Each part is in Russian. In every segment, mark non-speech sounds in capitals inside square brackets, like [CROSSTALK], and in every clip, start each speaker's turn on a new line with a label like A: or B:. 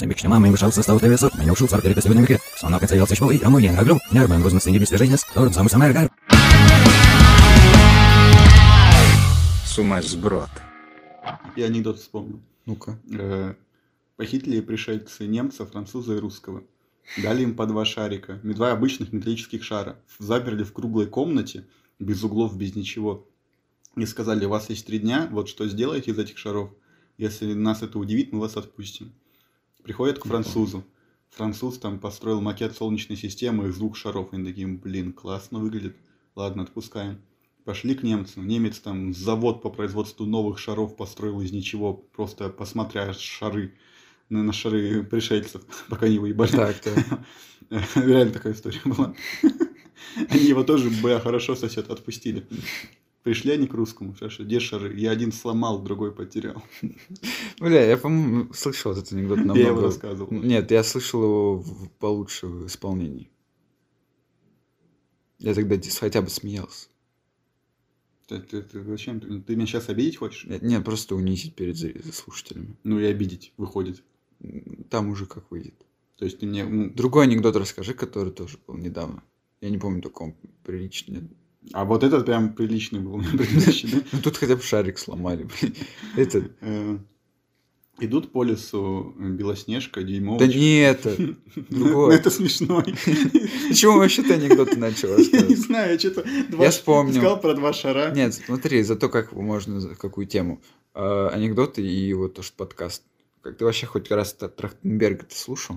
A: Обично мама им вышел состав ТВСО, меня ушел цар перед особенными Сон опять стоял сочбол и раму я нагрю. Нервен вознос не без жизни, торт заму самая гар.
B: С ума сброд.
C: Я анекдот вспомнил.
D: Ну-ка.
C: Э, Похитили пришельцы немца, француза и русского. Дали им по два шарика, м, два обычных металлических шара. Ф- Заперли в круглой комнате, без углов, без ничего. И сказали, у вас есть три дня, вот что сделаете из этих шаров. Если нас это удивит, мы вас отпустим. Приходят к французу. Француз там построил макет Солнечной системы из двух шаров. И они такие, блин, классно выглядит. Ладно, отпускаем. Пошли к немцам. Немец там завод по производству новых шаров построил из ничего, просто посмотря шары, на, на шары пришельцев, [LAUGHS] пока не выебали.
D: Так, так.
C: [LAUGHS] Реально такая история была. [LAUGHS] Они его тоже, бля, хорошо сосед отпустили. Пришли они к русскому, Саша, где шары? Я один сломал, другой потерял. [LAUGHS]
D: Бля, я, по-моему, слышал этот анекдот
C: Я его
D: намного...
C: рассказывал.
D: Нет, я слышал его в получше исполнении. Я тогда дис- хотя бы смеялся.
C: Ты, ты- ты зачем? Ты ты меня сейчас обидеть хочешь?
D: Э, Нет, просто унизить перед зри- слушателями.
C: Ну и обидеть выходит.
D: М, Там уже как выйдет.
C: То есть ты мне... ну,
D: Другой анекдот расскажи, который тоже был недавно. Я не помню, только он приличный.
C: А вот этот прям приличный был. [LAUGHS] предыдущий, да?
D: Ну тут хотя бы шарик сломали, блин. Это...
C: Э, Идут по лесу э, Белоснежка,
D: Да
C: Дюймовочка. [LAUGHS]
D: не это.
C: Ну,
D: другое.
C: Это смешно.
D: [LAUGHS] Почему
C: [LAUGHS]
D: вообще ты анекдоты начал
C: Я не
D: рассказывать?
C: знаю, что-то...
D: Я вспомнил.
C: Сказал про два шара.
D: Нет, смотри, зато как можно, за какую тему. Э, анекдоты и вот то, что подкаст. Как ты вообще хоть раз Та- Трахтенберга ты слушал?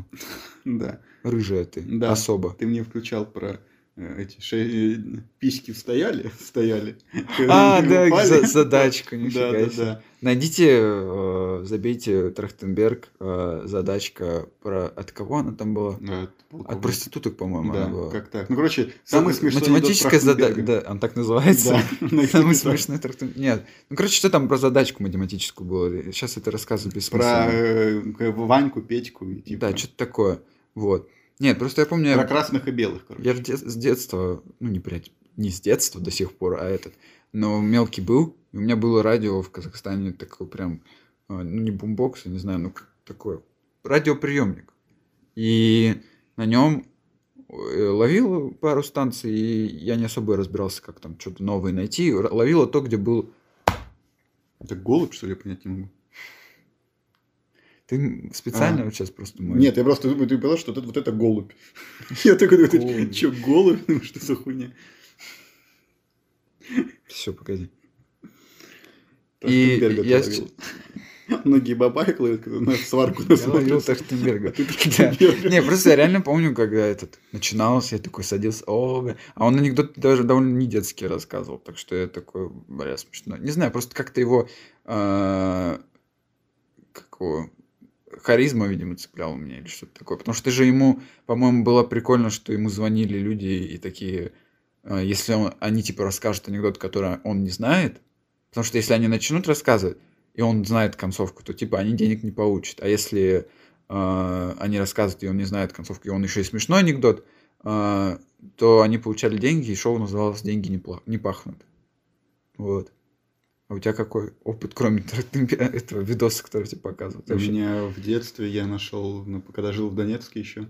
C: Да.
D: Рыжая ты,
C: Да.
D: особо.
C: Ты мне включал про э, эти ше- э, письки встояли, встояли.
D: [LAUGHS]
C: Когда
D: А,
C: они
D: да,
C: [LAUGHS] упали.
D: за- задачка,
C: Да,
D: нифига
C: да,
D: себе.
C: да.
D: Найдите, э, забейте Трахтенберг, э, задачка про... От кого она там была?
C: Да, полковник.
D: От проституток, А, по-моему, она
C: Да,
D: была.
C: как так. Ну, короче, самый
D: За-
C: смешной
D: Математическая задачка,
C: задача.
D: да, он
C: [LAUGHS]
D: так называется. [LAUGHS]
C: ну, типа,
D: Самый смешной Трахтен- Нет, ну, короче, что там про задачку математическую было? Сейчас это рассказываю бессмысленно.
C: Про э, к- Ваньку, Петьку. и типа
D: Да, что-то такое. Вот. Нет, просто я помню,
C: Про
D: я,
C: красных и белых, короче.
D: я в дет- с детства, ну не, блядь, не с детства до сих пор, а этот, но мелкий был, и у меня было радио в Казахстане, такой прям, а, ну не бумбокс, я не знаю, ну как такое, радиоприемник. И на нем ловил пару станций, и я не особо разбирался, как там что-то новое найти. Р- Ловило то, где был...
C: Это голубь, что ли, я понять не могу?
D: Ты специально
C: А.
D: вот сейчас просто... мой-
C: Нет, я просто думаю, ты понял, что тут вот это голубь. [LAUGHS] Я такой,
D: Голубь.
C: думаю, что, голубь? Ну, что за хуйня?
D: Все, погоди. И
C: Трахтенберга ты
D: я
C: ловил. [LAUGHS] Многие бабаек ловят, когда на сварку
D: Я ловил
C: насмотришься.
D: Трахтенберга.
C: А ты
D: Да.
C: Трахтенберга.
D: [LAUGHS] Не, просто я реально помню, когда этот начинался, я такой садился, о, бля». а он анекдот даже довольно не детский рассказывал, так что я такой, бля, смешно. Не знаю, просто как-то его, э, как его, харизма, видимо, цепляла меня или что-то такое, потому что же ему, по-моему, было прикольно, что ему звонили люди и такие, э, если он- они, типа, расскажут анекдот, который он не знает, потому что если они начнут рассказывать, и он знает концовку, то, типа, они денег не получат, а если а, они рассказывают, и он не знает концовки, и он еще и смешной анекдот, а, то они получали деньги, и шоу называлось «Деньги не, пла- не пахнут». Вот. А у тебя какой опыт, кроме Трахтенберга, [LAUGHS] этого видоса, который тебе показывают?
C: У
D: Вообще,
C: меня в детстве я нашел, ну, когда жил в Донецке еще,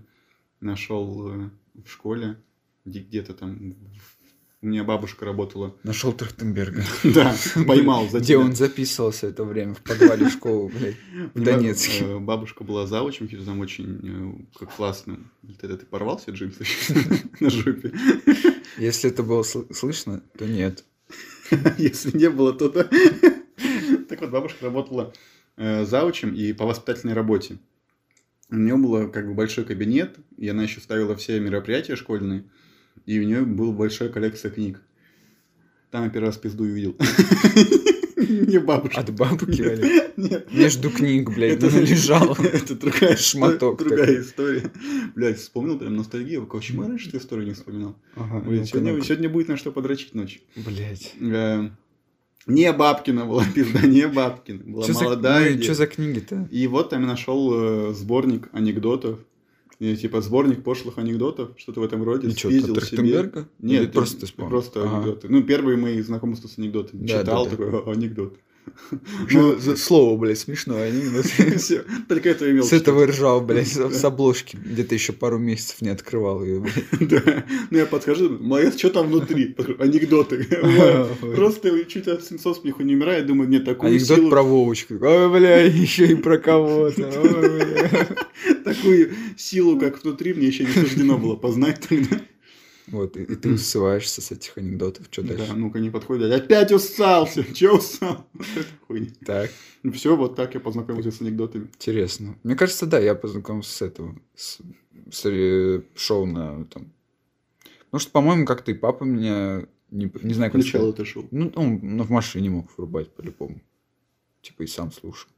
C: нашел э, в школе, где- где-то там, в- у меня бабушка работала. [LAUGHS]
D: Нашел [LAUGHS] Трахтенберга.
C: Да, поймал.
D: Где
C: затем.
D: он записывался это время? В подвале школы, блядь. В
C: Понимаю,
D: Донецке.
C: э, Бабушка была заучем, каким-то там очень э, как классным. Вот Это ты [LAUGHS] порвал себе джинсы на жопе? [LAUGHS]
D: Если это было сл- слышно, то нет.
C: Если не было, то да. [LAUGHS] Так вот, бабушка работала э, заучем и по воспитательной работе. У нее был э, как бы большой кабинет, и она еще ставила все мероприятия школьные, и у нее была большая коллекция книг. Там я первый раз пизду и увидел. [LAUGHS] Не бабушка.
D: От [LAUGHS] бабки,
C: Нет,
D: блядь.
C: Нет.
D: Между книг, блядь, ну,
C: Это-
D: она лежала.
C: [LAUGHS] Это другая шматок.
D: Шматок
C: Другая
D: такой.
C: история. Блять, вспомнил прям ностальгию. Короче, мы раньше эту историю не вспоминал.
D: Ага,
C: Блядь,
D: Ну, ну-ка,
C: сегодня,
D: ну-ка.
C: сегодня будет на что подрочить ночью.
D: Блядь.
C: Э, Не Бабкина была [LAUGHS] пизда, не Бабкина. Была
D: Чё за-
C: молодая.
D: ну и чё
C: девушка.
D: за книги-то?
C: И вот там я нашел э, сборник анекдотов. И, типа сборник пошлых анекдотов, что-то в этом роде.
D: Ничего,
C: Спиздил себе.
D: Трахтенберга? Или
C: Нет,
D: просто ты вспомнил?
C: Просто
D: Ага.
C: анекдоты. Ну, первые мои знакомства с анекдотами.
D: Да,
C: Читал
D: да, да.
C: такой «О, анекдот. [LAUGHS]
D: Ну, за- слово, блядь, смешное. анекдот.
C: Всё, Только это имел.
D: [LAUGHS] С этого ржал, [LAUGHS] блядь, с обложки. Где-то еще пару месяцев не открывал ее, [LAUGHS]
C: [LAUGHS] Да. Ну я подхожу, молодец, что там внутри? Подхожу, Анекдоты. [LAUGHS]
D: блядь.
C: Просто чуть от со смеху не умираю, думаю, нет, такую
D: Анекдот
C: силу,
D: про Вовочку. Ой, бля, [LAUGHS] еще и про кого-то. [LAUGHS] Ой, бля.
C: [LAUGHS] такую силу, как внутри, мне еще не суждено было познать
D: [LAUGHS]
C: тогда.
D: Вот, и, и ты усываешься с этих анекдотов. Что
C: Да,
D: дальше?
C: ну-ка не подходит. Опять усался. [LAUGHS] Че усал? Вот это хуйня.
D: Так,
C: Ну все, вот так я познакомился с анекдотами.
D: интересно. Мне кажется, да, я познакомился с этого, с, с ре- шоу на там. Потому что, по-моему, как-то и папа меня не, п- не знаю, как
C: Включал
D: сказать.
C: это шоу.
D: Ну, он ну, в машине мог врубать по-любому. Типа и сам слушал.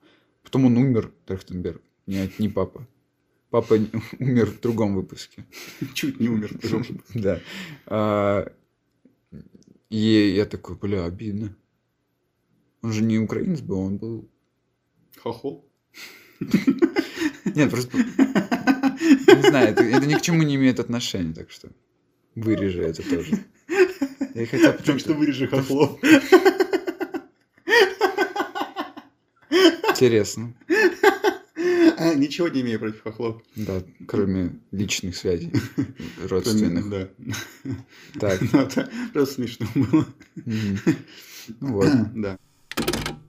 D: Потом он умер, Трахтенберг. Нет, не папа. Папа не- [LAUGHS] умер в другом выпуске.
C: [LAUGHS] Чуть не умер.
D: [LAUGHS]
C: Жоша.
D: Да. А, И я такой, бля, обидно. Он же не украинец был, он был...
C: Хохол.
D: Нет, просто... Не знаю, это, это ни к чему не имеет отношения, так что... Вырежи это тоже.
C: [LAUGHS]
D: Я хотел...
C: Так что вырежи хохлов.
D: Интересно.
C: [LAUGHS] А, Ничего не имею против хохлов.
D: Да, кроме личных связей,
C: Кроме-
D: родственных.
C: Да. [LAUGHS]
D: Так.
C: Ну, это Просто смешно было. [CLEARS THROAT]
D: мгм. Ну вот.
C: Да.